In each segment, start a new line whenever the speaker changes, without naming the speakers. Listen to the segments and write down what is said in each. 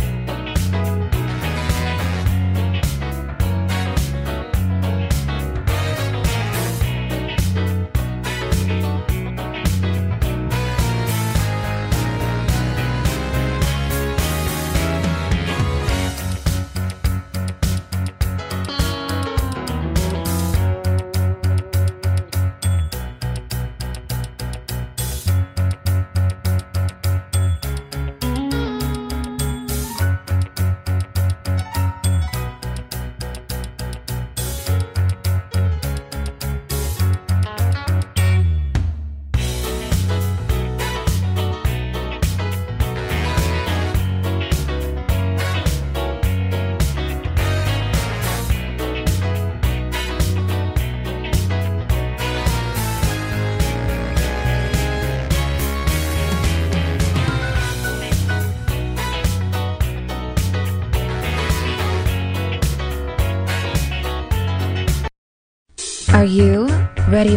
Are you ready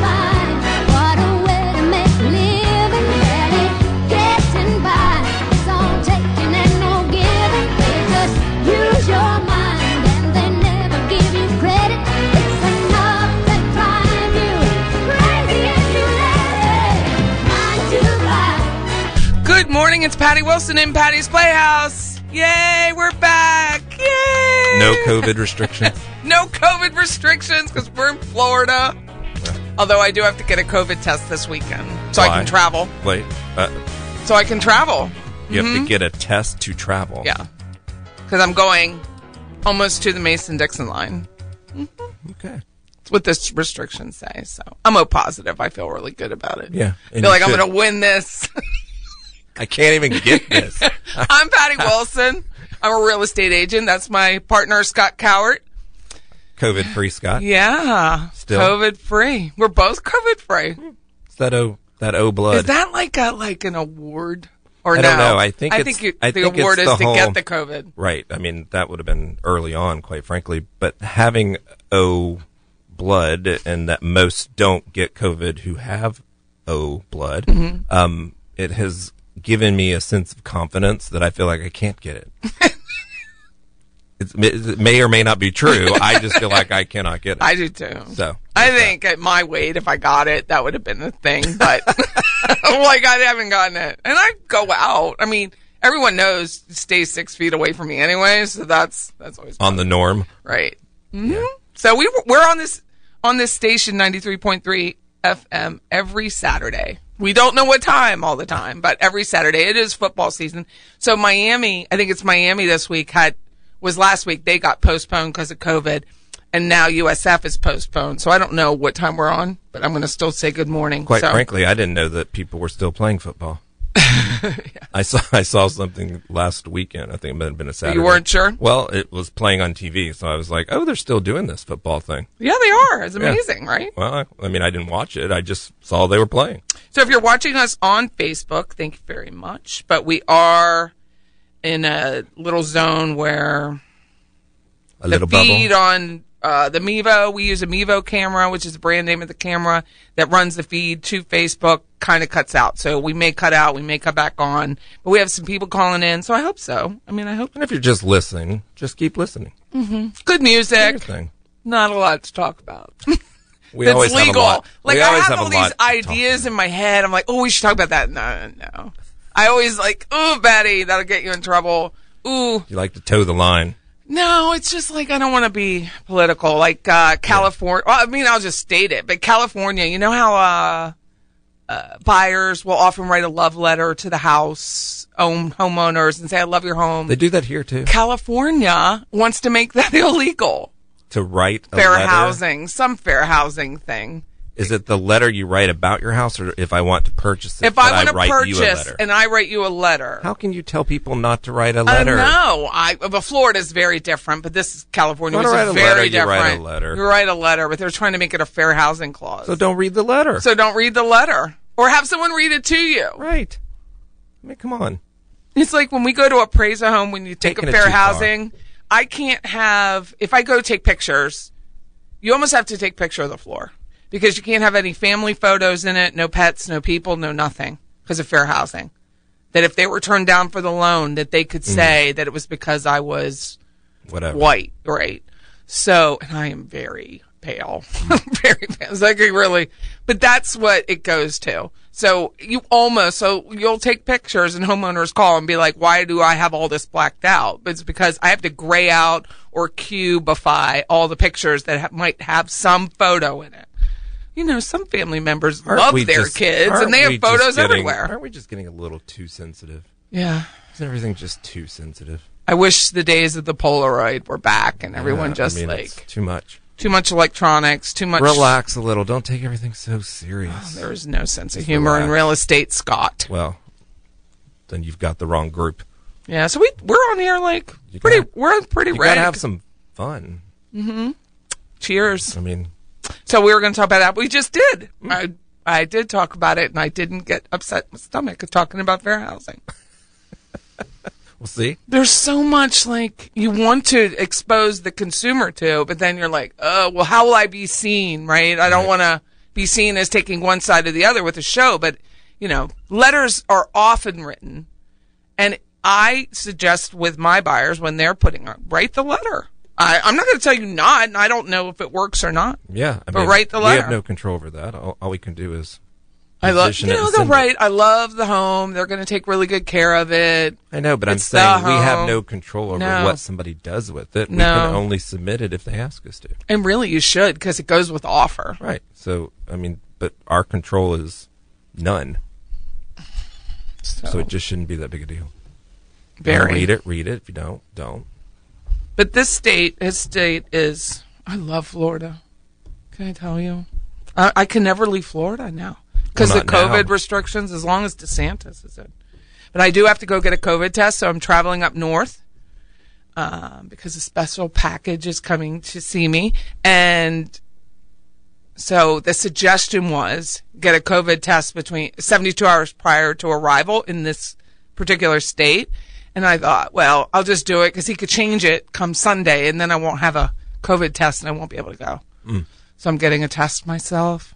five, what a way to make a living. Barely getting by, it's all taking and no giving. They just use your mind and they never give you credit. It's enough to drive you crazy if you let it. Nine to five.
Good morning, it's Patty Wilson in Patty's Playhouse. Yay, we're back. Yay.
No COVID restrictions.
No COVID restrictions because we're in Florida. Although I do have to get a COVID test this weekend so I
Why?
can travel.
Wait, uh,
So I can travel.
you have to get a test to travel.
Yeah. Because I'm going almost to the Mason Dixon line.
Okay.
That's what this restriction says. So I'm O positive. I feel really good about it.
Yeah,
I
and
feel
you
like I'm
should.
going to win this.
I can't even get this.
I'm Patty Wilson. I'm a real estate agent. That's my partner, Scott Cowart.
COVID free, Scott.
Yeah.
Still.
COVID free. We're both COVID free.
It's that O that O blood.
Is that like a like an award or no?
I don't know. I think
I
it's-
think you,
I
the
think it's
award is
the
to get
whole-
the COVID.
right. I mean, that would have been early on, quite frankly. But having O blood and that most don't get COVID who have O blood,
Mm-hmm.
um, it has given me a sense of confidence that I feel like I can't get it. it's, it may or may not be true. I just feel like I cannot get it.
I do too.
so
I think at my weight, if I got it, that would have been the thing. But like I haven't gotten it, and I go out. I mean, everyone knows to stay six feet away from me anyway, so that's that's always
on the norm.
right. hmm So we we're on this on this station ninety three point three FM every Saturday. We don't know what time all the time, but every Saturday it is football season. So Miami, I think it's Miami this week had was last week they got postponed because of COVID, and now USF is postponed. So I don't know what time we're on, but I'm going to still say good morning.
Quite
so,
frankly, I didn't know that people were still playing football. I saw I saw something last weekend. I think it might have been a Saturday.
weren't sure?
Well, it was playing on TV, so I was like, "Oh, they're still doing this football thing."
yeah, they are. It's amazing, right?
Well, I, I mean, I didn't watch it. I just saw they were playing.
So if you're watching us on Facebook, thank you very much. But we are in a little zone where
A little
the feed
bubble.
on uh, the Mevo. We use a Mevo camera, which is the brand name of the camera that runs the feed to Facebook, kind of cuts out. So we may cut out, we may cut back on, but we have some people calling in. So I hope so. I mean, I hope
And if you're just listening, just keep listening.
good music.
Everything.
Not a lot to talk about.
We
That's
always
legal.
have a lot.
Like
we
I
always
have,
a
all
lot
these
to talk
ideas in my head. I'm like, oh, we should talk about that. No, no. I always like, ooh, Betty, that'll get you in trouble. Ooh,
You like to toe the line.
no, it's just like I don't want to be political. Like uh, California. Well, I mean, I'll just state it. But California, you know how uh, uh, buyers will often write a love letter to the house own homeowners and say, "I love your home."
They do that here too.
California wants to make that illegal.
To write a
Fair
letter.
housing, some fair housing thing.
Is it the letter you write about your house, or if I want to purchase it?
if I
that
want to
write you a
purchase
letter?
and I write you a letter,
How can you tell people not to write a
I
letter?
know. I but Florida is very different, but this is California
You
which is
wanna
very
write a letter, you
different.
write a letter.
You write a letter, but they're trying to make it a fair housing clause.
So don't read the letter.
So don't read the letter or have someone read it to you.
right. I mean, come on.
It's like when we go to appraise a home when you take
Taking
a
it
fair
too far.
housing. I can't have if I go take pictures, you almost have to take picture of the floor because you can't have any family photos in it, no pets, no people, no nothing because of fair housing. That if they were turned down for the loan, that they
Mm.
could say that it was because I was
Whatever.
white, right? So, and I am very pale, very pale. So I could really, but that's what it goes to. So you almost, so you'll take pictures and homeowners call and be like, why do I have all this blacked out? It's because I have to gray out or cubify all the pictures that ha- might have some photo in it. You know, some family members
Aren't
love
we
their
just-
kids
aren't
and they
we
have
just
photos
getting-
everywhere.
Aren't we just getting a little too sensitive?
Yeah.
Isn't everything just too sensitive?
I wish the days of the Polaroid were back and everyone
Yeah, I
just
mean, it's
like
too much.
too much electronics, too much
Relax a little. Don't take everything so serious.
There is no sense of humor in
relax.
real estate, Scott.
Well, then you've got the wrong group.
Yeah, so we we're on here like
You
pretty.
gotta-
we're pretty
You gotta
ready.
have some fun.
Cheers.
I mean,
So we were going to talk about that. We just did. I I did talk about it, and I didn't get upset in my stomach at talking about fair housing.
we'll see.
There's so much like you want to expose the consumer to, but then you're like, oh, well, how will I be seen? Right? I don't want to be seen as taking one side or the other with a show, but you know, letters are often written And I suggest with my buyers when they're putting up, write the letter. I, I'm not going to tell you not, and I don't know if it works or not.
Yeah, I
But
mean,
write the
We
letter.
have no control over that. All, all we can do is.
I love,
position
you
it and
know, they'll
send it.
write, I love the home. They're going to take really good care of it.
I know, but I'm
It's the
saying we have
home.
no control over
No.
what somebody does with it. We
No.
can only submit it if they ask us to.
And really, you should because it goes with the offer.
Right. So, I mean, but our control is none.
So,
So it just shouldn't be that big a deal.
very.
Read it, read it. If you don't, don't.
But this state, his state is, I love Florida. Can I tell you? I, I can never leave Florida now because
Well,
the
not now.
COVID restrictions, as long as DeSantis is in. But I do have to go get a COVID test, so I'm traveling up north um, because a special package is coming to see me. And so the suggestion was get a COVID test between 72 hours prior to arrival in this particular state. And I thought, well, I'll just do it because he could change it come Sunday and then I won't have a COVID test and I won't be able to go.
Mm.
So I'm getting a test myself.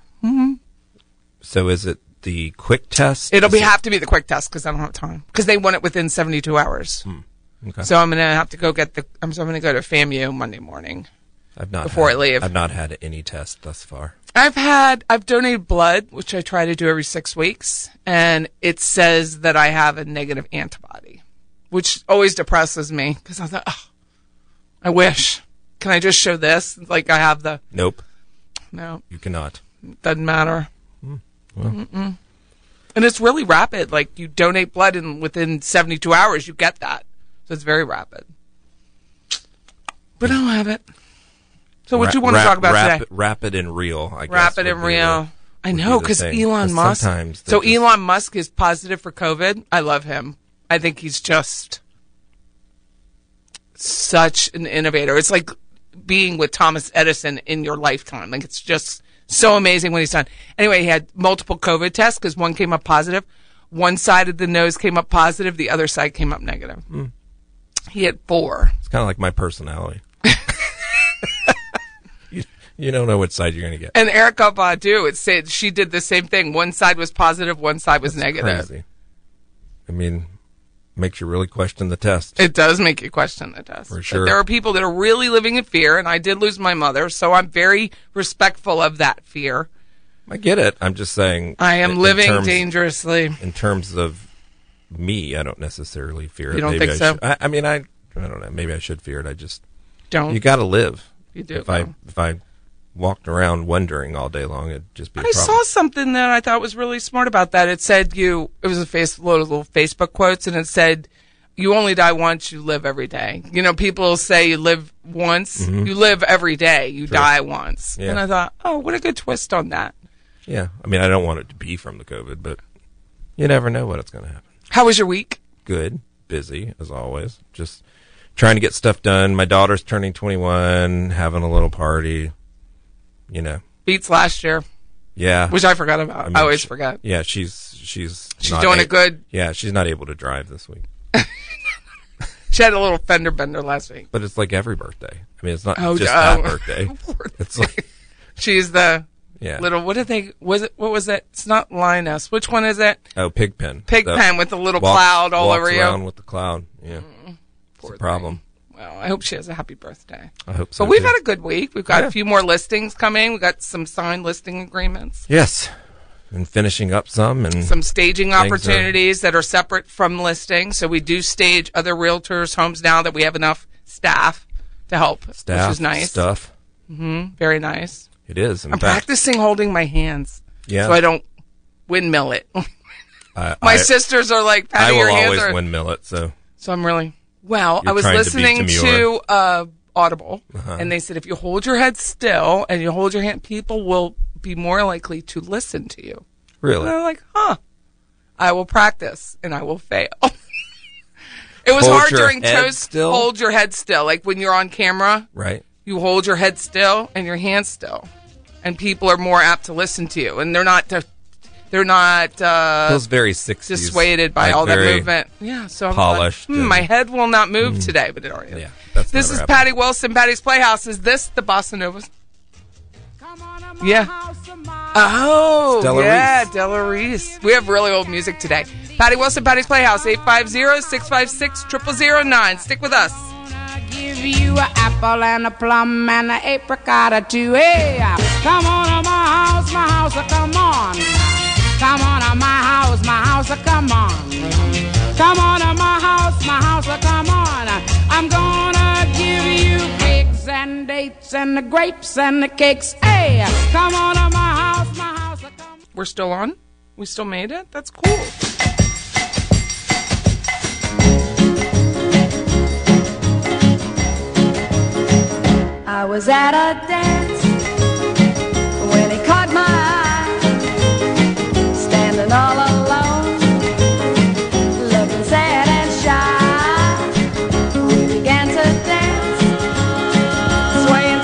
So is it the quick test?
It'll
Is
be
it-
have to be the quick test because I don't have time because they want it within 72 hours.
Hmm. Okay.
So I'm going to have to go get the, I'm, so I'm going to go to FAMU Monday morning.
I've not
before
had-
I leave.
I've not had any test thus far.
I've had I've donated blood, which I try to do every six weeks, and it says that I have a negative antibody, which always depresses me because I thought, oh, I wish. Can I just show this? Like I have the
Nope,
no,
you cannot.
doesn't matter.
Hmm,
Mm-mm. And it's really rapid. Like you donate blood, and within seventy two hours you get that. So it's very rapid. But I don't have it. So what
Ra-
you want to
rap-
talk about
rap-
today?
Rapid and real, I guess.
rapid
would
and
be
real.
the-
I know
the
because
thing.
Elon
But
Musk.
sometimes they
so
just-
Elon Musk is positive for COVID. I love him. I think he's just such an innovator. It's like being with Thomas Edison in your lifetime. Like it's just so amazing what he's done. Anyway, he had multiple COVID tests because one came up positive. One side of the nose came up positive. The other side came up negative.
Hmm.
He had four.
It's kind of like my personality. You don't know which side you're going to get.
And Erica Badu, it said she did the same thing. One side was positive, one side was negative.
Crazy. I mean, makes you really question the test.
It does make you question the test.
For
But
sure.
there are people that are really living in fear, and I did lose my mother, so I'm very respectful of that fear.
I get it. I'm just saying.
I am
in- in
living
terms-
dangerously.
In terms of me, I don't necessarily fear it.
You don't
Maybe
think
I
so?
should- I, I mean, I, I don't know. Maybe I should fear it. I just
Don't.
you got to live.
You do,
If I
though.
if I walked around wondering all day long, it'd just be. a
I
problem.
saw something that I thought was really smart about that. It said you. It was a face load of little Facebook quotes, and it said, "You only die once. You live every day." You know, people say you live once. You live every day. You die once.
Mm-hmm. Yeah.
And I thought, oh, what a good twist on that.
Yeah, I mean, I don't want it to be from the COVID, but you never know what's going to happen.
How was your week?
Good, busy as always, just trying to get stuff done. My daughter's turning 21, having a little party. You know,
Beats last year,
yeah.
which I forgot about. I,
mean,
always
she-
forget.
Yeah, she's she's
She's
not
doing
a-
it good.
Yeah, she's not able to drive this week,
She had a little fender bender last week.
but it's like every birthday. I mean, it's not
Oh,
just
yeah.
that birthday. It's like
She's the
yeah,
little. What did they? Was it? What was it? It's not lioness. Which one is it?
oh pigpen,
Pigpen with the little cloud all
walks
over you.
around with the cloud. Yeah, it's a problem.
Well, I hope she has a happy birthday.
I hope so.
But we've
too.
had a good week. We've got
Yeah.
a few more listings coming. We've got some signed listing agreements,
Yes. And finishing up some and
some staging
are-
opportunities that are separate from listing. So we do stage other realtors' homes now that we have enough staff to help,
staff
which is nice.
stuff.
Very nice.
It is. In
I'm
fact,
practicing holding my hands
yeah.
so I don't windmill it.
I,
my
I-
sisters are like,
I
Patty, your
will
hands
always
are.
windmill it. So
So I'm really well.
You're
I was
trying to beat
listening to
Demure. Uh-huh.
uh, Audible, and they said if you hold your head still and you hold your hand, people will be more likely to listen to you. And
really,
I'm like, huh? I will practice, and I will fail. it was
Hold
hard
your
during
head
toast.
still?
Hold your head still, like when you're on camera,
right?
you hold your head still and your hands still, and people are more apt to listen to you, and they're not. they're not uh,
Feels very sixties.
dissuaded by all that movement. Yeah, so I'm
polished
Like, hmm,
and- Mm.
my head will not move today, but it already. is.
Yeah, that's
this
never
is
happened.
Patty Wilson, Patty's Playhouse. Is this the Bossa Novas? Yeah. Oh,
Della
yeah,
Reese.
Della Reese. We have really old music today. Patty Wilson, Patty's Playhouse, 850-656-0009. Stick with us.
Give you an apple and a plum and an apricot or two. Hey, come on to my house, my house, oh, come on. Come on to my house, my house, oh, come on. Come on to my house, my house, oh, come on. I'm gonna give you cakes and dates and the grapes and the cakes. Hey, come on to my house, my house, oh, come on.
We're still on? We still made it? That's cool.
I was at a dance when he caught my eye, standing all alone, looking sad and shy. We began to dance, swaying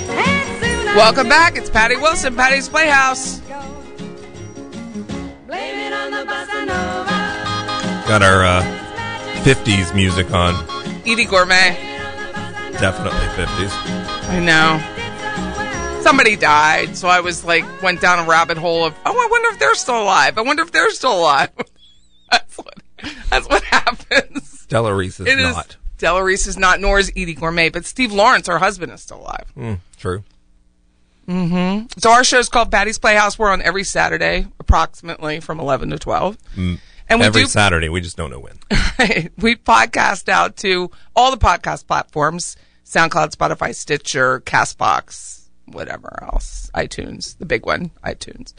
to and fro. And soon I
Welcome back. It's Patty Wilson, Patty's Playhouse.
blame it on the bossa nova.
Got our uh, fifties music on.
Edie Gourmet.
Definitely fifties.
I know. somebody died, so I was like went down a rabbit hole of oh, I wonder if they're still alive. I wonder if they're still alive. that's what that's what happens.
Della Reese is
It is
not
Della Reese is not, nor is Edie Gourmet, but Steve Lawrence, her husband, is still alive.
true.
So our show's called Patty's Playhouse. We're on every Saturday, approximately from eleven to twelve, and we
Mm. Every
do
Saturday, we just don't know when.
we podcast out to all the podcast platforms: SoundCloud, Spotify, Stitcher, Castbox, whatever else, iTunes, the big one, iTunes.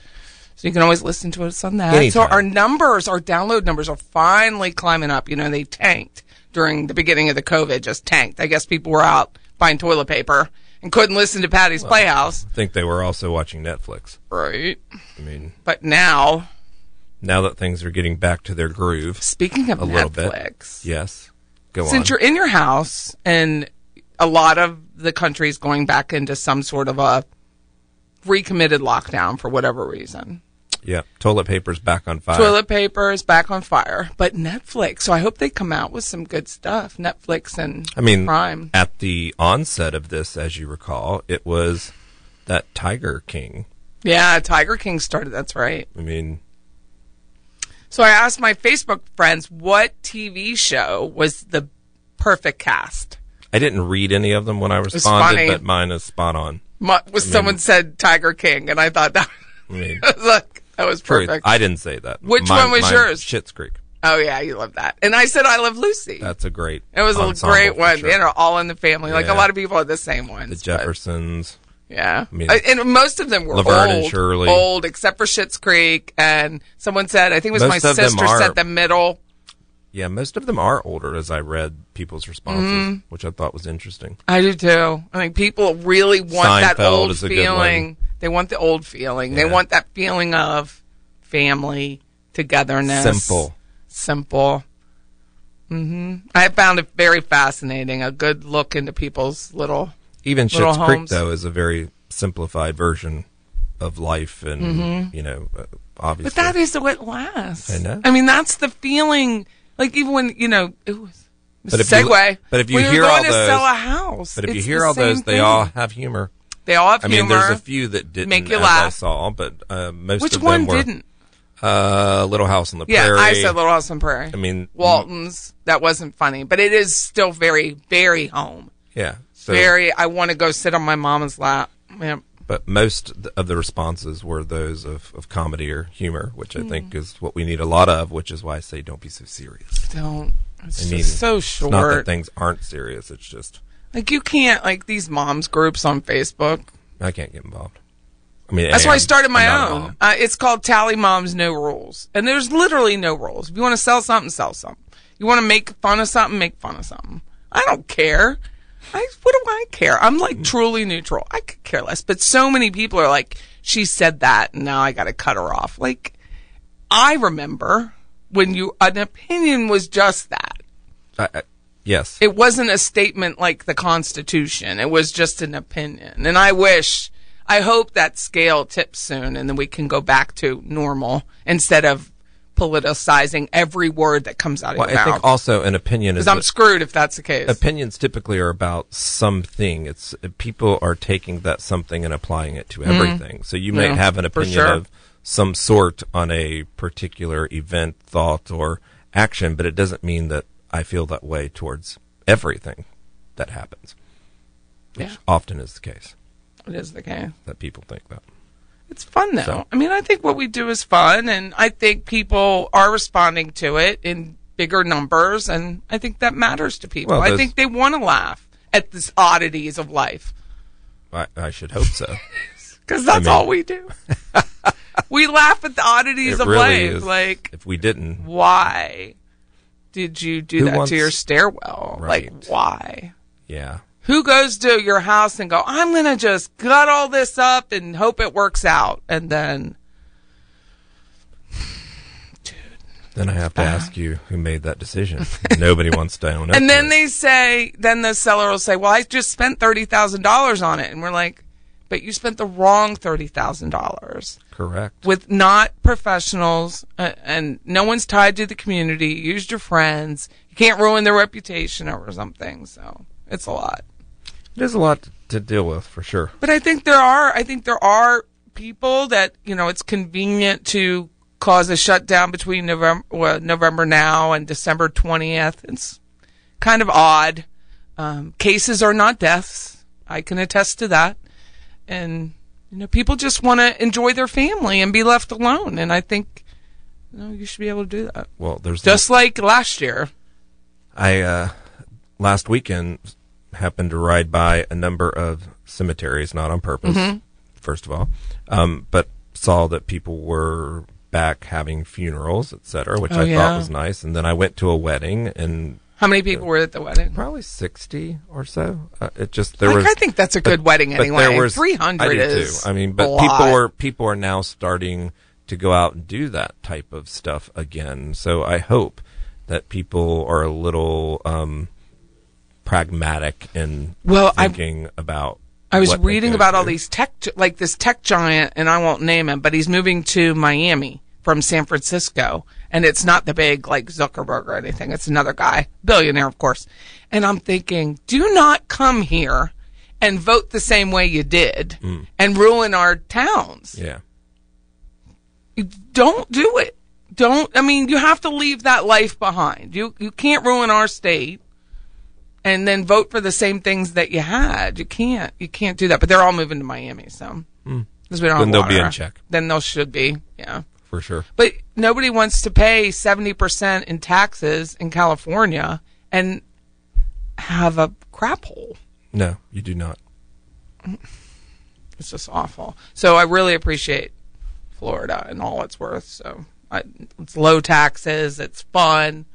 So you can always listen to us on that. So
Anytime.
our numbers, our download numbers, are finally climbing up. You know, they tanked during the beginning of the COVID. Just tanked. I guess people were out buying toilet paper and couldn't listen to Patty's Playhouse.
I think they were also watching Netflix.
Right.
I mean,
But now,
now that things are getting back to their groove,
speaking of
a little
Netflix.
bit. Yes, go
since
on.
you're in your house and a lot of the country's going back into some sort of a recommitted lockdown for whatever reason
Yeah, toilet paper's back on fire.
Toilet paper is back on fire, but Netflix. So I hope they come out with some good stuff. Netflix and
I mean,
Prime.
at the onset of this, as you recall, it was that Tiger King.
Yeah, Tiger King started. That's right.
I mean,
So I asked my Facebook friends what TV show was the perfect cast.
I didn't read any of them when I
funny.
responded, but mine is spot on.
My, was someone said Tiger King, and I thought that
I mean,
was like that was
truth,
perfect.
I didn't say that.
Which one was yours?
Shit's Creek.
oh yeah, you love that. And I said I love Lucy.
That's a great.
it was a
ensemble
great
for
one.
sure.
You know, all in the family. Like a
Yeah.
lot of people had the same ones.
the
but-
Jeffersons.
Yeah,
mean-
Uh, and most of them were
Laverne and
old,
Shirley.
old, except for Schitt's Creek. And someone said, I think it was
Most
my
of them
sister
are.
said the middle.
Yeah, most of them are older, as I read people's responses,
Mm-hmm.
which I thought was interesting.
I do too. I think people really want that
Seinfeld
old
is a good
feeling. They want the old feeling. They
Yeah.
want that feeling of family togetherness.
Simple.
simple. Mm-hmm. I found it very fascinating. A good look into people's little.
Even
Little
Schitt's Creek,
homes.
though, is a very simplified version of life, and you know, uh, obviously,
Mm-hmm. But that is what lasts.
I know.
mean, that's the feeling. Like even when you know, it was
But if you-
segue.
but if you
when you're
hear
going
all
to
those-
sell a house,
But if you
it's
hear
the
all those,
same
they
thing.
all have humor.
they all have
I
humor.
mean, there's a few that didn't
Make you
as I
laugh.
saw, but uh, most
Which
of
one
them were,
didn't?
Uh, Little House on the
Yeah,
Prairie.
I said Little House on Prairie.
I mean,
Walton's. That wasn't funny, but it is still very, very home.
mm, yeah. So,
very. I want to go sit on my mama's lap. Yep.
but most th- of the responses were those of, of comedy or humor, which I think
Mm.
is what we need a lot of. Which is why I say don't be so serious.
Don't. It's
I mean,
just so
It's not that
short.
things aren't serious. It's just
Like you can't like these moms groups on Facebook.
I can't get involved. I mean,
That's
I
why I
am.
started my
I'm not
own.
involved.
Uh, it's called Tally Moms No Rules, and there's literally no rules. If you want to sell something, sell something. You want to make fun of something, make fun of something. I don't care. I what do I care? I'm like truly neutral. I could care less. But so many people are like, she said that, and now I got to cut her off. Like I remember when you an opinion was just that.
I- I- yes,
It wasn't a statement like the Constitution. It was just an opinion. And I wish, I hope that scale tips soon and then we can go back to normal instead of politicizing every word that comes out of
well,
your
I think
mouth.
also an opinion is
Because I'm
a-
screwed if that's the case.
opinions typically are about something. It's people are taking that something and applying it to everything. So you may
Mm-hmm. Yeah,
have an
for
opinion
sure.
of some sort on a particular event, thought, or action, but it doesn't mean that I feel that way towards everything that happens. Which
Yeah.
often is the case
it is the case.
that people think that.
It's fun though.
So-
I mean, I think what we do is fun, and I think people are responding to it in bigger numbers, and I think that matters to people.
Well,
I
there's-
think they want to laugh at these oddities of life
I, I should hope so.
because that's
mean-
all we do. we laugh at the oddities
it
of
really
life.
is.
Like,
if we didn't,
why did you do
Who
that
wants-
to your stairwell?
Right.
Like, why?
yeah.
Who goes to your house and go, I'm going to just gut all this up and hope it works out, and then.
Then I have to ask you who made that decision. Nobody wants to own up
uh-huh. And then
to it.
they say, then the seller will say, "Well, I just spent thirty thousand dollars on it," and we're like, "But you spent the wrong thirty thousand dollars
correct.
with not professionals, uh, and no one's tied to the community. You used your friends. You can't ruin their reputation over something. So it's a lot.
It is a lot to- to deal with for sure.
But I think there are. I think there are people that you know it's convenient to cause a shutdown between November well, November now and December twentieth. It's kind of odd. Um, cases are not deaths. I can attest to that. And you know, people just want to enjoy their family and be left alone. And I think you know you should be able to do that.
Well, there's
Just like last year.
I uh, last weekend happened to ride by a number of cemeteries, not on purpose,
Mm-hmm.
first of all, um, but saw that people were back having funerals, etc., which
Oh,
I
yeah.
thought was nice. And then I went to a wedding, and
How many people were at the wedding?
probably sixty or so. Uh, it just there
Like,
was.
I think that's a good wedding
but
anyway.
there was-
300
I do
is
Too. I mean,
a
but
lot.
people are people are now starting to go out and do that type of stuff again. So I hope that people are a little um, pragmatic in
Well, I-
thinking about.
I was
what they
reading
go
about all
through.
these tech, like this tech giant, and I won't name him, but he's moving to Miami from San Francisco, and it's not the big like Zuckerberg or anything. It's another guy, billionaire, of course. And I'm thinking, do not come here and vote the same way you did and ruin our towns.
Mm. Yeah.
Don't do it. Don't. I mean, you have to leave that life behind. You you can't ruin our state. And then vote for the same things that you had. You can't. You can't do that. But they're all moving to Miami, so because we don't.
Hmm. Then
have
they'll be
water.
in check.
Then they'll should be. Yeah.
For sure.
But nobody wants to pay seventy percent in taxes in California and have a crap hole.
No, you do not.
It's just awful. So I really appreciate Florida and all it's worth. So I, it's low taxes. It's fun.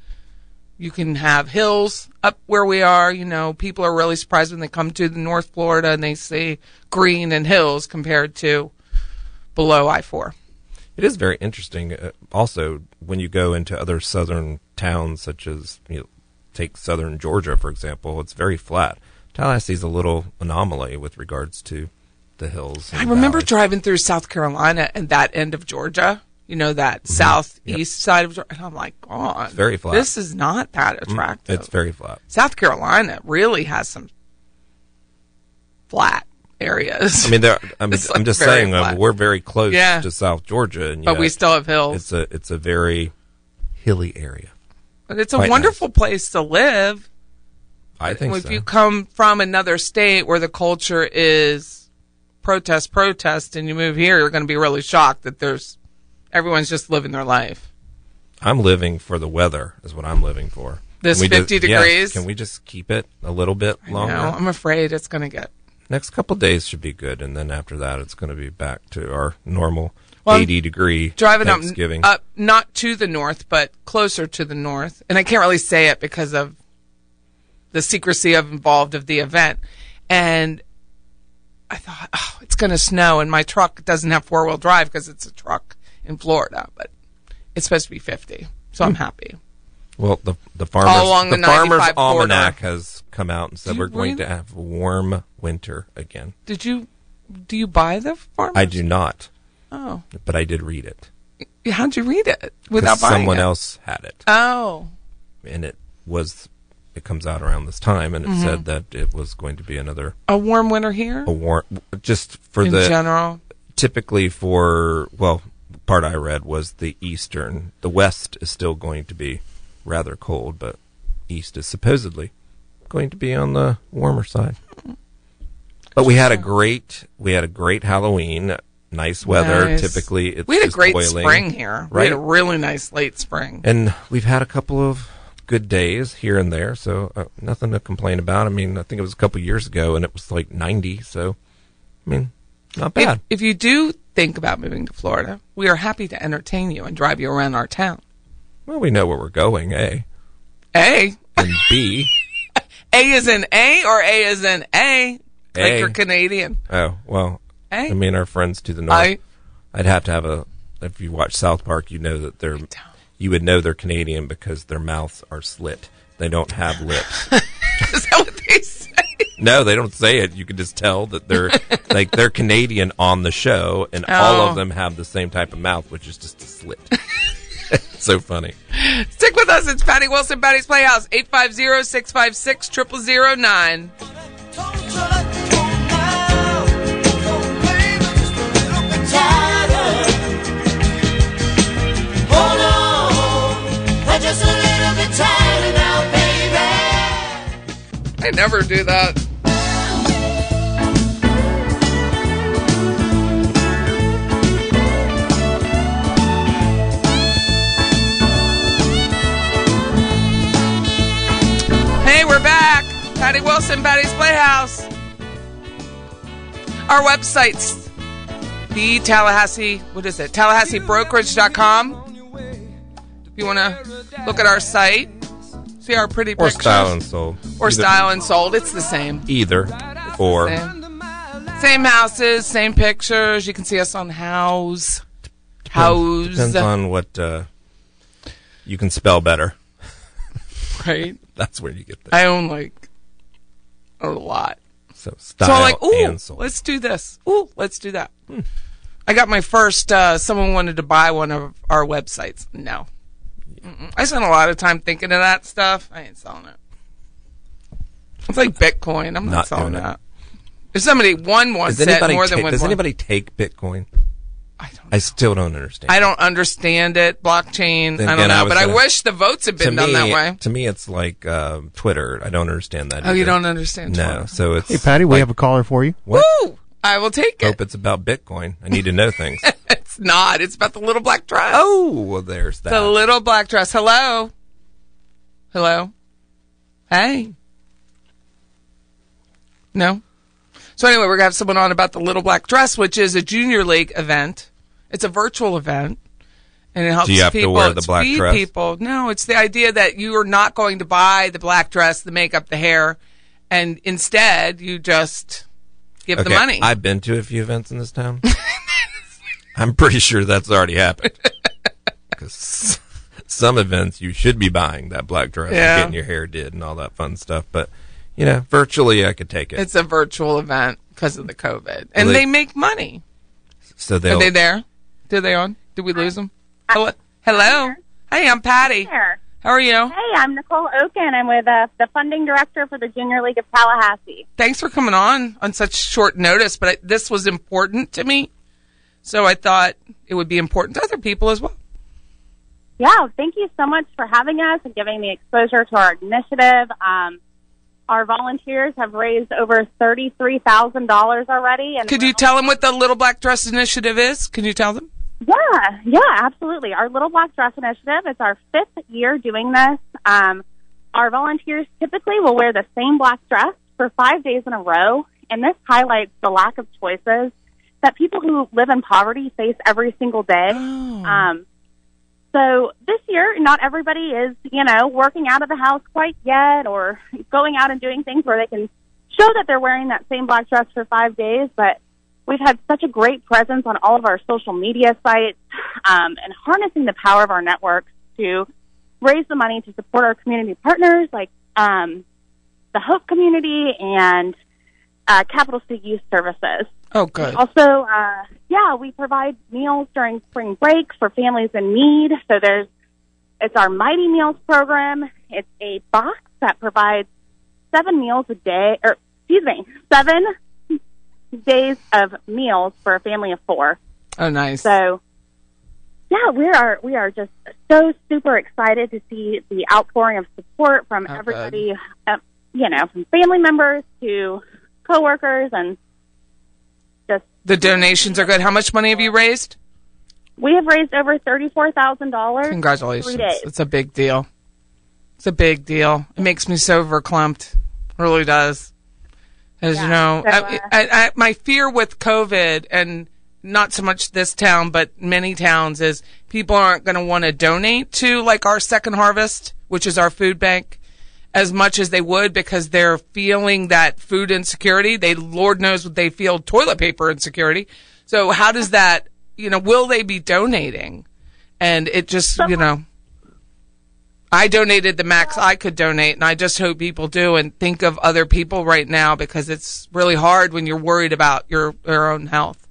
You can have hills up where we are. You know, people are really surprised when they come to the North Florida and they see green and hills compared to below I four.
It is very interesting. Uh, also, when you go into other southern towns, such as you know, take southern Georgia for example, it's very flat. Tallahassee's a little anomaly with regards to the hills. and
I remember
valleys.
driving through South Carolina and that end of Georgia. You know that southeast side of Georgia, and I'm like, God,
Mm-hmm. very flat. Mm,
This is not that attractive.
it's very flat.
South Carolina really has some flat areas.
I mean, there. I'm,
It's, like,
I'm just
very
saying uh,
flat.
we're very close
Yeah.
to South Georgia, and
but we
yet
still have hills.
it's a it's a very hilly area.
but it's a
quite
wonderful place to live.
I think
if
so.
you come from another state where the culture is protest, protest, and you move here, you're going to be really shocked that there's everyone's just living their life.
I'm living for the weather is what I'm living for.
This
Can we just-
50
yeah,
degrees?
can we just keep it a little bit
You
longer?
know, I'm afraid it's going to get
Next couple days should be good, and then after that, it's going to be back to our normal
Well, I'm
80 degree
driving up,
Thanksgiving.
up not to the north but closer to the north and i can't really say it because of the secrecy of involved of the event and i thought oh it's going to snow and my truck doesn't have four-wheel drive because it's a truck in florida but it's supposed to be 50 so
Hmm.
i'm happy
Well, the the farmers
All along
the,
the
farmers
95 corridor.
almanac has come out and said
Do you
we're going
really-
to have a warm winter again.
did you do you buy the farm
I do not,
oh
but I did read it
how'd you read it without
because
buying
someone
it?
else had it,
oh
and it was it comes out around this time, and it said that
Mm-hmm.
it was going to be another
a warm winter here
a warm just for
in
the
general
typically for well part i read was the eastern the west is still going to be rather cold but east is supposedly going to be on the warmer side but we had a great we had a great halloween nice weather
Nice.
typically it's
we had a
just
great
boiling,
spring here. We
right
had a really nice late spring.
and we've had a couple of good days here and there so uh, nothing to complain about i mean i think it was a couple years ago and it was like 90 so i mean not bad
If, if you do think about moving to Florida, we are happy to entertain you and drive you around our town.
well we know where we're going eh
A.
and B.
A is in A or A is in A? Like
A.
you're Canadian.
Oh well,
A.
I mean our friends to the north.
I-
would have to have a. If you watch South Park, you know that they're. You would know they're Canadian because their mouths are slit. They don't have lips.
Is that what they say?
no, they don't say it. You can just tell that they're like they're Canadian on the show, and all
Oh.
of them have the same type of mouth, which is just a slit. so funny.
Stick with us. It's Patty Wilson, Patty's Playhouse, 850 656 0009. I never do that. Hey, we're back. Patty Wilson, Patty's Playhouse. Our websites, the Tallahassee, what is it? TallahasseeBrokerage.com. If you want to look at our site, see our pretty
Or
pictures.
style and soul.
Or
Either-
style and sold. It's the same.
Either or
Same. Same houses, same pictures. You can see us on House. House.
depends on what uh, you can spell better.
right?
That's where you get the
I own like a lot.
So style
So I'm like, ooh,
and soul.
let's do this. Ooh, let's do that. I got my first. Uh, someone wanted to buy one of our websites. No, Mm-mm. I spent a lot of time thinking of that stuff. I ain't selling it. It's like Bitcoin. I'm not,
Not
selling
doing it.
that. If somebody won one
Does
set
anybody
more than
take,
one,
does
one-
anybody take Bitcoin?
I don't.
I still don't understand.
I don't understand it. Blockchain.
Then
I don't
again, I
know,
was
but I
gonna-
wish the votes had
to
been done
me,
that way.
to me, it's like um, Twitter. I don't understand that.
Oh, you
either.
don't understand
No,
Twitter.
so it's
Hey, Patty, we have a caller for you.
what?
Woo! I will take it.
Hope it's about Bitcoin. I need to know things.
It's not. It's about the little black dress.
oh, well, there's that.
The little black dress. Hello. Hello. Hey. No. So anyway, we're gonna have someone on about the little black dress, which is a junior league event. It's a virtual event, and it helps
you have to
people
wear the
it's
black
feed
dress?
people. No, it's the idea that you are not going to buy the black dress, the makeup, the hair, and instead you just give
okay,
the money.
I've been to a few events in this town. I'm pretty sure that's already happened. Because some events you should be buying that black dress
Yeah.
and getting your hair did and all that fun stuff. But you know, virtually I could take it.
it's a virtual event because of the COVID, and
Like-
they make money.
so
Are
they'll
they there? Did they on? Did we lose them? Hello. Hello. Hey, I'm Patty.
Sure.
How are you?
Hey, I'm Nicole Oken. I'm with uh, the funding director for the Junior League of Tallahassee.
Thanks for coming on on such short notice, but I, this was important to me, so I thought it would be important to other people as well.
Yeah, thank you so much for having us and giving the exposure to our initiative. Um, our volunteers have raised over $33,000 already. And
Could you tell them what the Little Black Dress Initiative is? Can you tell them?
Yeah, yeah, absolutely. Our Little Black Dress Initiative, it's our fifth year doing this. Um, our volunteers typically will wear the same black dress for five days in a row, and this highlights the lack of choices that people who live in poverty face every single day. Um, so this year, not everybody is, you know, working out of the house quite yet or going out and doing things where they can show that they're wearing that same black dress for five days, but we've had such a great presence on all of our social media sites um, and harnessing the power of our networks to raise the money to support our community partners like um, the Hope Community and uh, Capital City Youth Services.
Oh, good.
Also, uh, yeah, we provide meals during spring break for families in need. So there's, it's our Mighty Meals program. It's a box that provides seven meals a day, or excuse me, seven days of meals for a family of four.
Oh, nice.
So, yeah, we are we are just so super excited to see the outpouring of support from
Oh, good.
everybody, uh, you know, from family members to coworkers, and just
The donations are good. How much money have you raised?
we have raised over thirty four thousand dollars.
Congratulations.
Three days.
It's a big deal. It's a big deal. It makes me so verklempt. Really does. As you know,
so,
I,
uh,
I, I, my fear with COVID and not so much this town, but many towns is people aren't going to want to donate to like our second harvest, which is our food bank as much as they would because they're feeling that food insecurity. They, Lord knows what they feel toilet paper insecurity. So how does that, you know, will they be donating? And it just, you know, I donated the max I could donate and I just hope people do and think of other people right now because it's really hard when you're worried about your, your own health.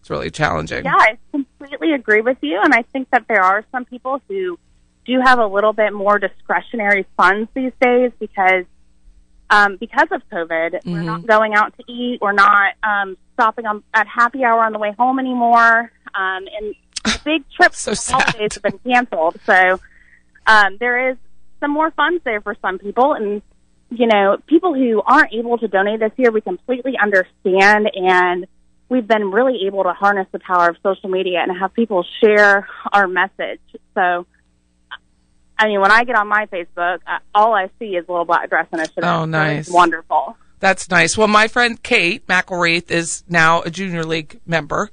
It's really challenging.
Yeah, I completely agree with you, and I think that there are some people who do have a little bit more discretionary funds these days because um, because of COVID,
Mm-hmm.
we're not going out to eat, we're not um, stopping on, at happy hour on the way home anymore, um, and the big trips
So
for the
sad.
holidays have been canceled. So um, there is some more funds there for some people, and you know, people who aren't able to donate this year, we completely understand and we've been really able to harness the power of social media and have people share our message. So, I mean, when I get on my Facebook, uh, all I see is little black dress initiative.
Oh,
So it's
nice.
wonderful.
That's nice. Well, my friend Kate McElwraith is now a junior league member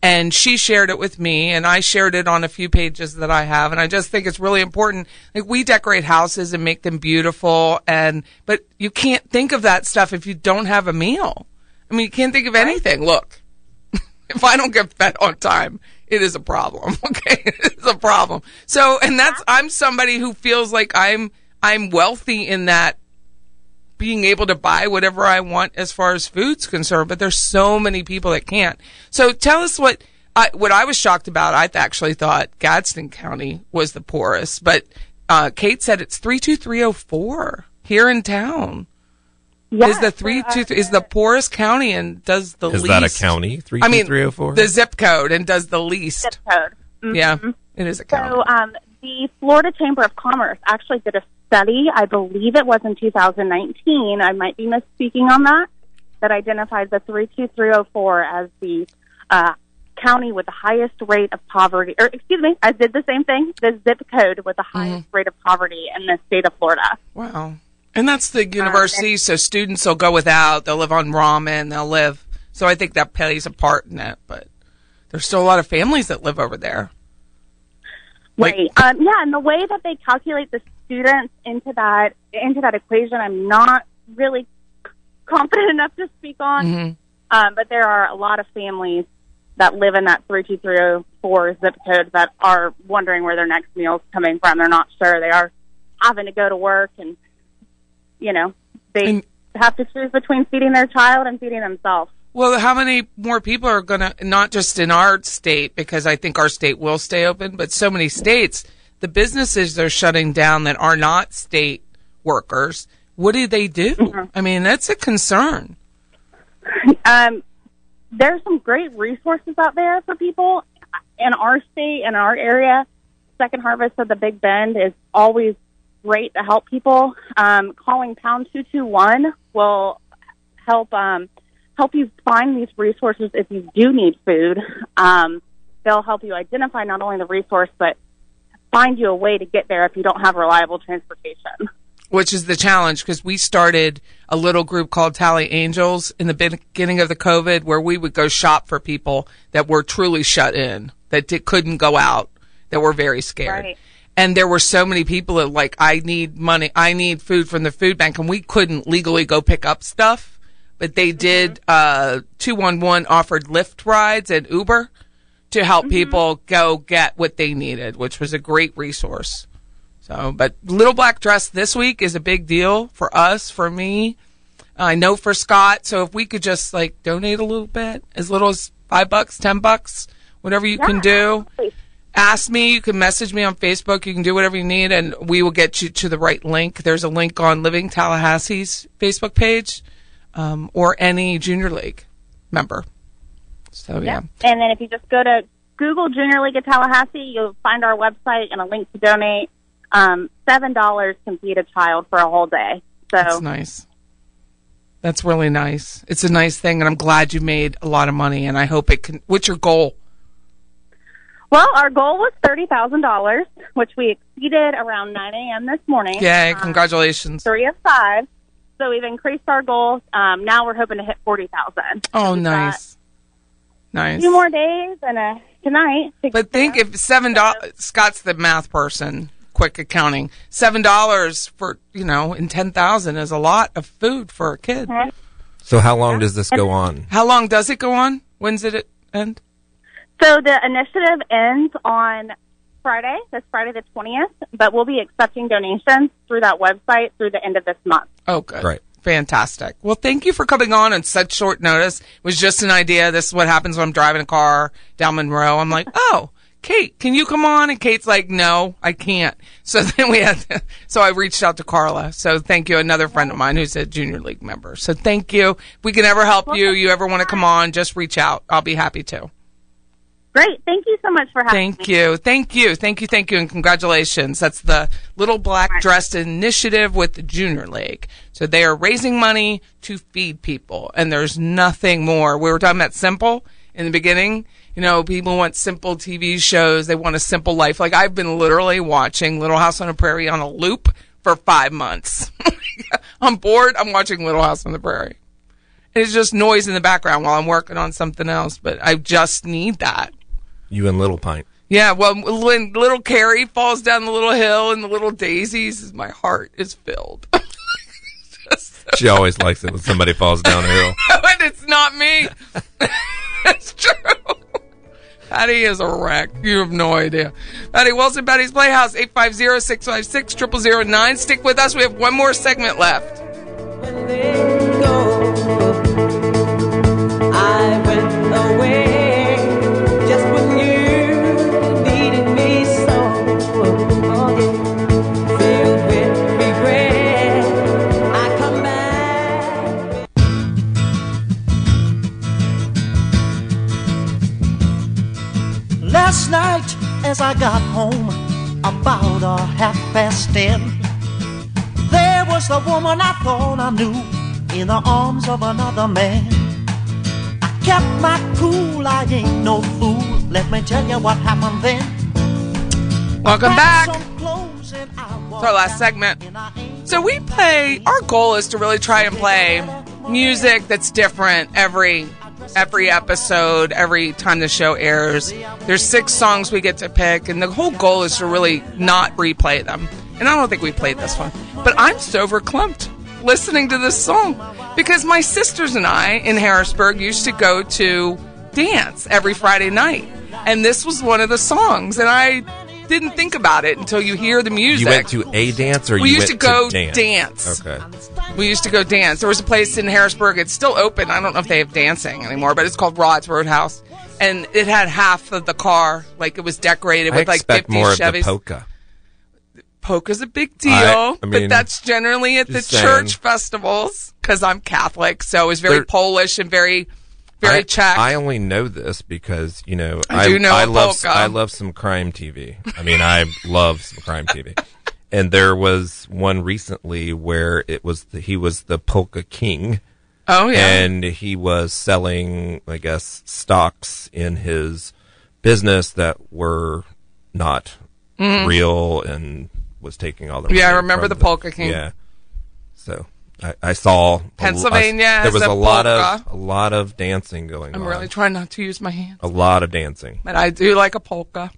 and she shared it with me and I shared it on a few pages that I have. And I just think it's really important. Like we decorate houses and make them beautiful. And, but you can't think of that stuff if you don't have a meal. I mean, you can't think of anything. Look, if I don't get fed on time, it is a problem. Okay. it's a problem. So, and that's, I'm somebody who feels like I'm, I'm wealthy in that being able to buy whatever I want as far as food's concerned, but there's so many people that can't. So tell us what I, what I was shocked about. I actually thought Gadsden County was the poorest, but uh, Kate said it's three two three zero four here in town. is the three two three is the poorest county and does the
Is
least?
that a county? Three
I mean,
three zero four.
the zip code and does the least.
zip code. Mhm.
Yeah, it is a county.
So um, the Florida Chamber of Commerce actually did a study. I believe it was in 2019. I might be misspeaking on that. That identified the 32304 as the uh, county with the highest rate of poverty. Or excuse me, I did the same thing. The zip code with the highest rate of poverty in the state of Florida.
Wow. And that's the university, so students will go without. They'll live on ramen. They'll live. So I think that plays a part in it, but there's still a lot of families that live over there. Like-
right. Um, yeah, and the way that they calculate the students into that into that equation, I'm not really confident enough to speak on.
Mm-hmm.
Um, but there are a lot of families that live in that three two three zero four zip code that are wondering where their next meal's coming from. They're not sure. They are having to go to work, and you know they
And-
have to choose between feeding their child and feeding themselves.
Well, how many more people are going to, not just in our state, because I think our state will stay open, but so many states, the businesses they're shutting down that are not state workers, what do they do? I mean, that's a concern.
um, there's some great resources out there for people in our state in our area. Second Harvest of the Big Bend is always great to help people. Um, calling pound two two one will help um, help you find these resources if you do need food. Um, they'll help you identify not only the resource but find you a way to get there if you don't have reliable transportation.
which is the challenge because we started a little group called Tally Angels in the beginning of the COVID where we would go shop for people that were truly shut in, that di- couldn't go out, that were very scared.
Right.
And there were so many people that like, I need money, I need food from the food bank and we couldn't legally go pick up stuff, but they did, uh, 211 offered Lyft rides and Uber to help people go get what they needed, which was a great resource. So, but little black dress this week is a big deal for us, for me. I know for Scott. So if we could just like donate a little bit, as little as five bucks, ten bucks, whatever you can do. Ask me. You can message me on Facebook. You can do whatever you need, and we will get you to the right link. There's a link on Living Tallahassee's Facebook page, um, or any junior league member. So yeah.
And then if you just go to Google Junior League of Tallahassee, you'll find our website and a link to donate. Um, Seven dollars can feed a child for a whole day. So
That's nice. That's really nice. It's a nice thing, and I'm glad you made a lot of money. And I hope it can. What's your goal?
well, our goal was thirty thousand dollars, which we exceeded around nine a.m. this morning.
Yay!
Um,
Congratulations.
three of five. So we've increased our goal. Um, now we're hoping to hit forty thousand.
Oh, nice, nice.
Two more days and a tonight. to-
But think if seven dollars. Scott's the math person. Quick accounting. Seven dollars for you know, and ten thousand is a lot of food for a kid.
So how long does this go on?
How long does it go on? When's it end?
So the initiative ends on Friday, this Friday the 20th, but we'll be accepting donations through that website through the end of this month.
Oh, good.
Right.
Fantastic. Well, thank you for coming on on such short notice. It was just an idea. This is what happens when I'm driving a car down Monroe. I'm like, oh, Kate, can you come on? And Kate's like, no, I can't. So then we had, to, so I reached out to Carla. So thank you. Another friend of mine who's a junior league member. So thank you. If we can ever help you, you ever want to come on, just reach out. I'll be happy to.
Great. Thank you so much for having me.
Thank you. Thank you. Thank you. Thank you. And congratulations. That's the Little Black Dressed Initiative with the Junior League. So they are raising money to feed people. And there's nothing more. We were talking about simple in the beginning. You know, people want simple TV shows. They want a simple life. Like I've been literally watching Little House on the Prairie on a loop for five months. I'm bored. I'm watching Little House on the Prairie. And It's just noise in the background while I'm working on something else, but I just need that.
You and Little Pint.
Yeah, well, when little Carrie falls down the little hill and the little daisies, my heart is filled.
She always likes it when somebody falls down a hill.
and it's not me. it's true. Patty is a wreck. You have no idea. Patty Wilson, Patty's Playhouse, 850 656 0009. Stick with us. We have one more segment left.
When
letting go. I went away just when you needed me so. Oh, yeah. Filled with regret, I come back.
Last night, as I got home, about a half past ten, there was the woman I thought I knew in the arms of another man. I kept my cool, I ain't no fool. Let me tell you what happened then.
Welcome back. It's
our
our last segment. So we play. Our goal is to really try and play music that's different every every episode, every time the show airs. There's six songs we get to pick, and the whole goal is to really not replay them. And I don't think we played this one, but I'm so verklempt listening to this song because my sisters and I in Harrisburg used to go to dance every Friday night, and this was one of the songs, and I didn't think about it until you hear the music.
You went to a dance or
We
you
used
went
to go
dance?
dance.
Okay.
We used to go dance. There was a place in Harrisburg. It's still open. I don't know if they have dancing anymore, but it's called Rod's Roadhouse, and it had half of the car like it was decorated
I
with like
expect
fifty
more of the
Chevys.
polka.
Polka's a big deal,
I- I
but
mean,
that's generally at the
just saying.
church festivals because I'm Catholic, so it's very
There-
Polish and very, very
I,
Czech.
I only know this because you know
I
I
do know
I
a
love
polka.
I love some crime TV. I mean, I love some crime TV. And there was one recently where it was the, he was the polka king,
oh yeah,
and he was selling, I guess, stocks in his business that were not real, and was taking all the
Mm-hmm. Yeah, I
money
remember
from
the polka king.
Yeah, so I, I saw a l- I s-
Pennsylvania has
there was
a
a, lot of
polka.
a lot of dancing going
I'm
on
really trying not to use my hand,
a lot of dancing.
but I do like a polka.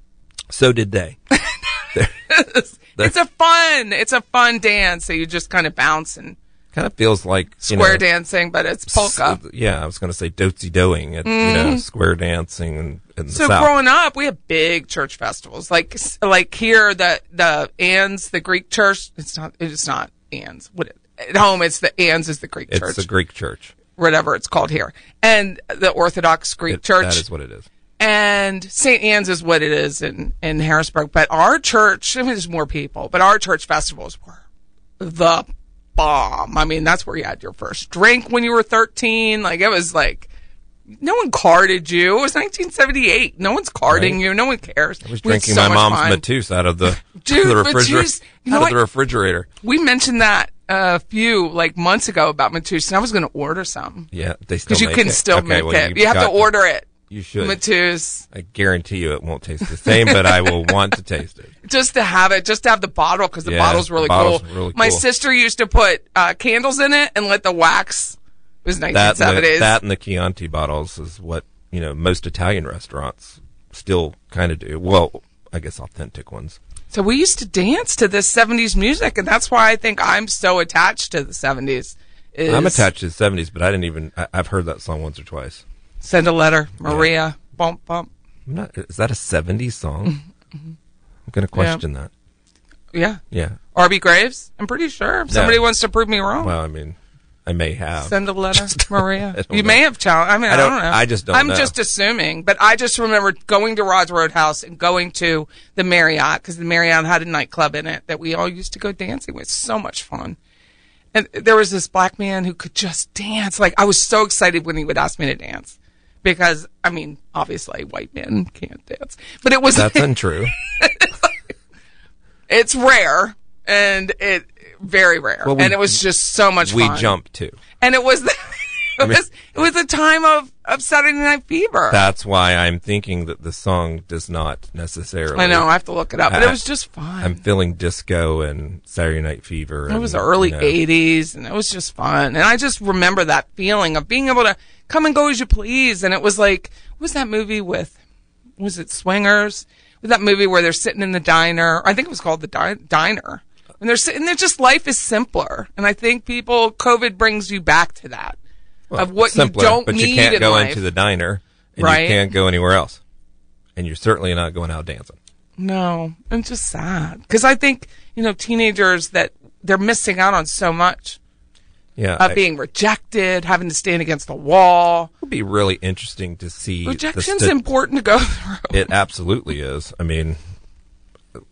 So did they.
It's a fun, it's a fun dance. So you just kind of bounce and
kind of feels like you
square
know,
dancing, but it's
s- uh,
polka. Mm-hmm.
yeah, I was going to say dotsy doing at you know square dancing in, in the
So
south.
growing up, we had big church festivals. Like like here, the the Ann's, the Greek church. It's not. It's not Ann's. What at home? It's the Ann's is the Greek
it's
church,
the Greek church.
whatever it's called here, and the Orthodox Greek
It-
church.
That is what it is.
and St. Ann's is what it is in, in Harrisburg. But our church, I mean, there's more people, but our church festivals were the bomb. I mean, that's where you had your first drink when you were 13. Like, it was like, no one carded you. It was 1978. No one's carding
Right.
you. No one cares.
I was drinking my mom's Matus out of the,
Dude,
the refrigerator.
Matus- you know
out
what?
of the refrigerator.
We mentioned that a few, like, months ago about Matus, and I was going to order some.
Yeah, they still
Because you
make
can
it.
still
Okay,
make
well,
it.
you've
You have to
got
order it.
You should.
Matus.
I guarantee you it won't taste the same, but I will want to taste it.
just to have it, just to have the bottle because the
Yeah,
bottle's really
the bottle's
cool.
really
My
cool.
sister used to put uh, candles in it and let the wax. It was
That, and the,
1970s.
that and the Chianti bottles is what you know most Italian restaurants still kind of do. Well, I guess authentic ones.
so we used to dance to this 70s music, and that's why I think I'm so attached to the 70s. Is
I'm attached to the 70s, but I didn't even. I, I've heard that song once or twice.
Send a letter, Maria. Bump bump.
I'm not, is that a 70s song? I'm
Mm-hmm.
going to question that.
Yeah,
Yeah.
Arby Graves. I'm pretty sure. If somebody wants to prove me wrong.
Well, I mean, I may have.
Send a letter,
I
Maria.
Um, don't
You
know.
may have challenged. I mean, I
I
don't,
don't-
know.
I just don't
I'm
know.
just assuming, but I just remember going to Rod's Roadhouse and going to the Marriott because the Marriott had a nightclub in it that we all used to go dancing with. So much fun. And there was this black man who could just dance. Like I was so excited when he would ask me to dance because I mean, obviously white men can't dance, but it was
That's untrue.
it's rare and it very rare.
Well, we-
and it was just so much
we
fun.
jump too.
and it was the, it
mean-
was it was the time of of Saturday Night Fever.
That's why I'm thinking that the song does not necessarily.
I know I have to look it up, but it
I-
was just fun.
I'm feeling disco and Saturday Night Fever.
it
and,
was the early
you know,
'80s, and it was just fun. And I just remember that feeling of being able to come and go as you please. And it was like, what was that movie with? Was it Swingers? Was that movie where they're sitting in the diner? I think it was called the Di- Diner. And they're sitting there, just life is simpler. And I think people, COVID brings you back to that of what
simpler,
you don't
but
need
you can't
in
go
life.
into the diner, and
Right.
you can't go anywhere else, and you're certainly not going out dancing.
No, I'm just sad because I think you know teenagers that they're missing out on so much.
Yeah,
of
I-
being rejected, having to stand against the wall.
It'd be really interesting to see. the
Rejection's
sta-
important to go through.
It absolutely is. I mean,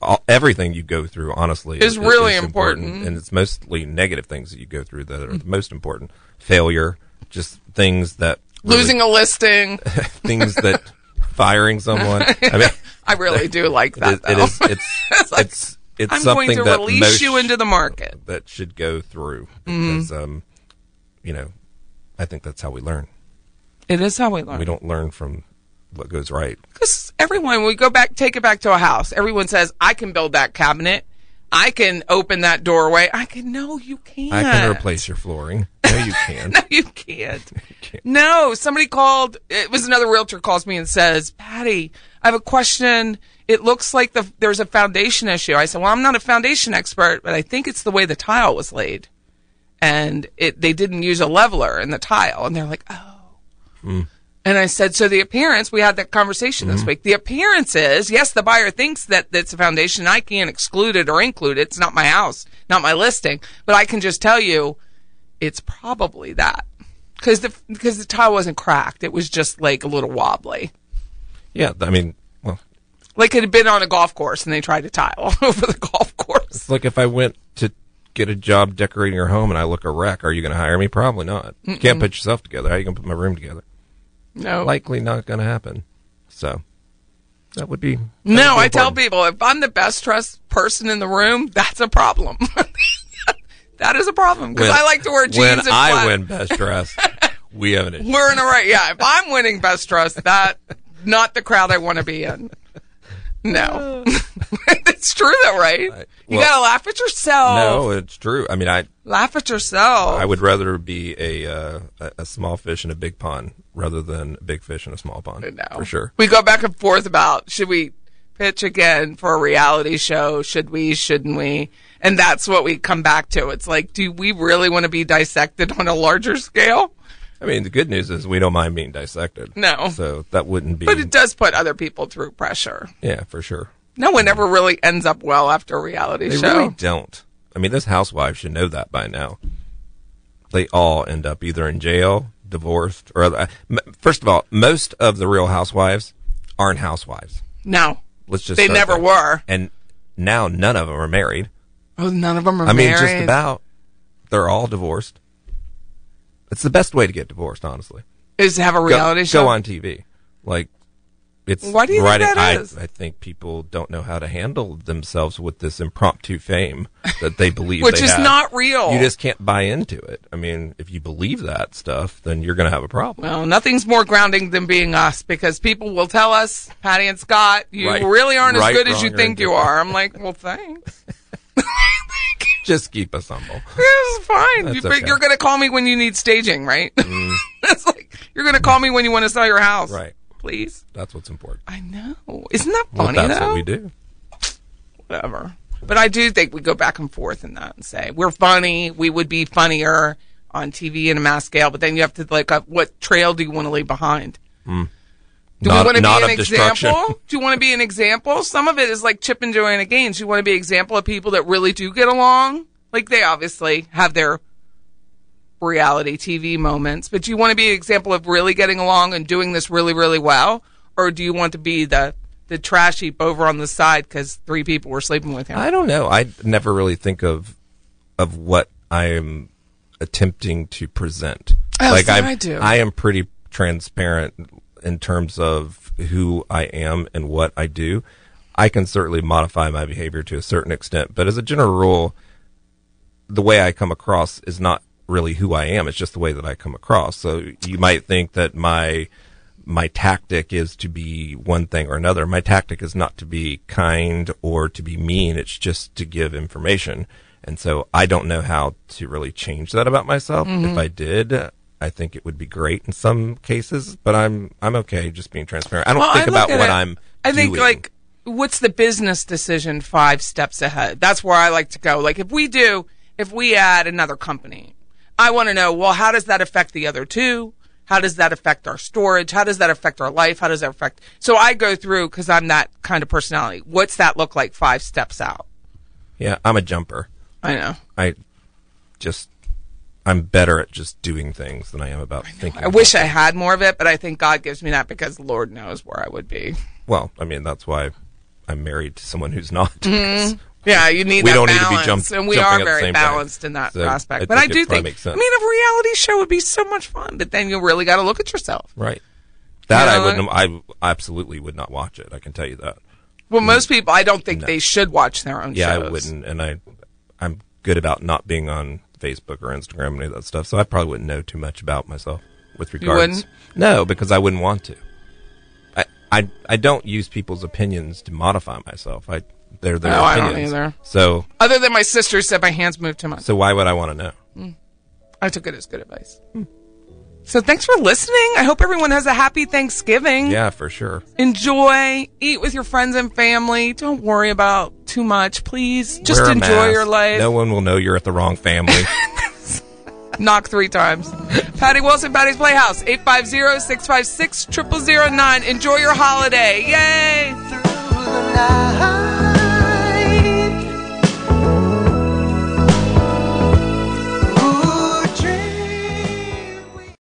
all, everything you go through, honestly,
Is really important. Hmm.
and it's mostly negative things that you go through that are the most important. Failure, just things that really-
Losing a listing.
things that firing someone. I mean,
I really do like
it is-
that.
it
though.
is. It's it's,
like,
it's, it's
I'm
something
going to
that
release
most
you into the market.
that should go through
Mhm.
because, um, you know, I think that's how we learn.
It is how we learn.
We don't learn from what goes right.
Because everyone, when we go back, take it back to a house. Everyone says, "I can build that cabinet. I can open that doorway. I can." No, you can't.
I can replace your flooring. No, you can.
you can't. No, somebody called. It was another realtor calls me and says, "Patty, I have a question. It looks like the there's a foundation issue." I said, "Well, I'm not a foundation expert, but I think it's the way the tile was laid, and it they didn't use a leveler in the tile." And they're like, "Oh."
Mm.
And I said, "So the appearance. We had that conversation this
Mhm.
week. The appearance is yes, the buyer thinks that that's a foundation. I can't exclude it or include it. It's not my house, not my listing, but I can just tell you." It's probably that because the because the tile wasn't cracked. It was just like a little wobbly,
Yeah, I mean, well,
like it had been on a golf course, and they tried to tile over the golf course.
it's like if I went to get a job decorating your home and I look a wreck, are you going to hire me? Probably not. You can't
Mm-mm.
put yourself together. How are you going to put my room together?
No,
Likely not going to happen. So that would be.
no. I tell people if I'm the best dressed person in the room, that's a problem. that is a problem because
When-
I like to wear jeans.
When
and
I
flat-
win best dress, we have an issue.
we're in a right. Yeah, if I'm winning best dressed, that not the crowd I want to be in. No, it's true though, right? you
well-
gotta laugh at yourself.
No, it's true. I mean, I
Laugh at yourself.
I would rather be a uh, a- a small fish in a big pond rather than a big fish in a small pond. For sure.
we go back and forth about should we pitch again for a reality show? Should we? Shouldn't we? And that's what we come back to. It's like, do we really want to be dissected on a larger scale?
I mean, the good news is we don't mind being dissected.
No.
So that wouldn't be.
But it does put other people through pressure.
yeah, for sure.
No one ever really ends up well after a reality
They
show.
really don't. I mean, those housewives should know that by now. They all end up either in jail, divorced, or other. uh, m- First of all, most of the real housewives aren't housewives.
No.
Let's just
They
start
never
there.
were.
and now none of them are married.
Oh, none of them are
I mean,
married.
just about. They're all divorced. It's the best way to get divorced, honestly.
Is to have a
Go-
reality
go,
show?
on TV. Like it's
Why do you think
right
that
I,
is?
I think people don't know how to handle themselves with this impromptu fame that they believe,
Which
they
is
have.
not real.
You just can't buy into it. I mean, if you believe that stuff, then you're going to have a problem.
Well, nothing's more grounding than being us because people will tell us, Patty and Scott, you
Right.
really aren't
Right,
as good as
wrong,
you
or
think you
indifferent.
are. I'm like, well, thanks.
Just keep us humble.
It's fine.
That's
You, but
okay.
You're going to call me when you need staging, right?
Mm,
it's like you're going to call me when you want to sell your house.
right.
Please.
That's what's important.
I know. Isn't that
Well,
funny
that's
though?
what we do.
Whatever. But I do think we go back and forth in that and say we're funny. We would be funnier on TV in a mass scale, but then you have to like, uh, what trail do you want to leave behind?
Mm.
Do
not
we want to
not
be an
of destruction.
example? Do you want to be an example? Some of it is like Chip and Joanna Gaines. You want to be an example of people that really do get along. Like they obviously have their reality TV moments, but do you want to be an example of really getting along and doing this really, really well? Or do you want to be the, the trash heap over on the side because three people were sleeping with him?
I don't know. I never really think of of what I am attempting to present.
Oh, see,
I'm-
I do.
I am pretty transparent in terms of who I am and what I do. I can certainly modify my behavior to a certain extent, but as a general rule, the way I come across is not really who I am. It's just the way that I come across. So you might think that my my tactic is to be one thing or another. My tactic is not to be kind or to be mean. It's just to give information. And so I don't know how to really change that about myself.
Mhm.
Mm-hmm.
If I did, I think it would be great in some cases, but I'm I'm okay just being transparent. I don't
Well,
think
look
about
at
what
it-
I'm
I think
doing.
like what's the business decision five steps ahead? That's where I like to go. Like if we do, if we add another company, I want to know, well, how does that affect the other two? How does that affect our storage? How does that affect our life? How does that affect? So I go through because I'm that kind of personality. What's that look like five steps out?
Yeah, I'm a jumper.
I know.
I just I'm better at just doing things than I am about thinking.
I wish I had more of it, but I think God gives me that because Lord knows where I would be.
Well, I mean, that's why I'm married to someone who's not.
Mhm. Yeah, you need
we
that
don't
balance,
need to be jump,
and we
jumping at
are
the
very
same time.
balanced in that
So
prospect. but I
it
do
probably
think,
makes sense.
I mean, a reality show would be so much fun, but then you really got to look at yourself.
right? That
You
I
know,
wouldn't. I absolutely would not watch it. I can tell you that.
Well, most people, I don't think they should watch their own
Mm. yeah,
shows.
I wouldn't, and I, I'm good about not being on Facebook or Instagram and any of that stuff, so I probably wouldn't know too much about myself with regards.
wouldn't?
No, because I wouldn't want to. I, I, I don't use people's opinions to modify myself. I, they're their
No, Oh, I don't
opinions.
either.
So,
Other than my sister said my hands move too much.
so why would I want to know?
Mm. I took it as good advice.
Hmm.
So thanks for listening. I hope everyone has a happy Thanksgiving.
Yeah, for sure.
Enjoy, eat with your friends and family. Don't worry about too much, please. Just
Wear a
enjoy your
mask.
life.
No one will know you're at the wrong family.
Knock three times. Patty Wilson, Patty's Playhouse, 850-656-0009. Enjoy your holiday. Yay!
night.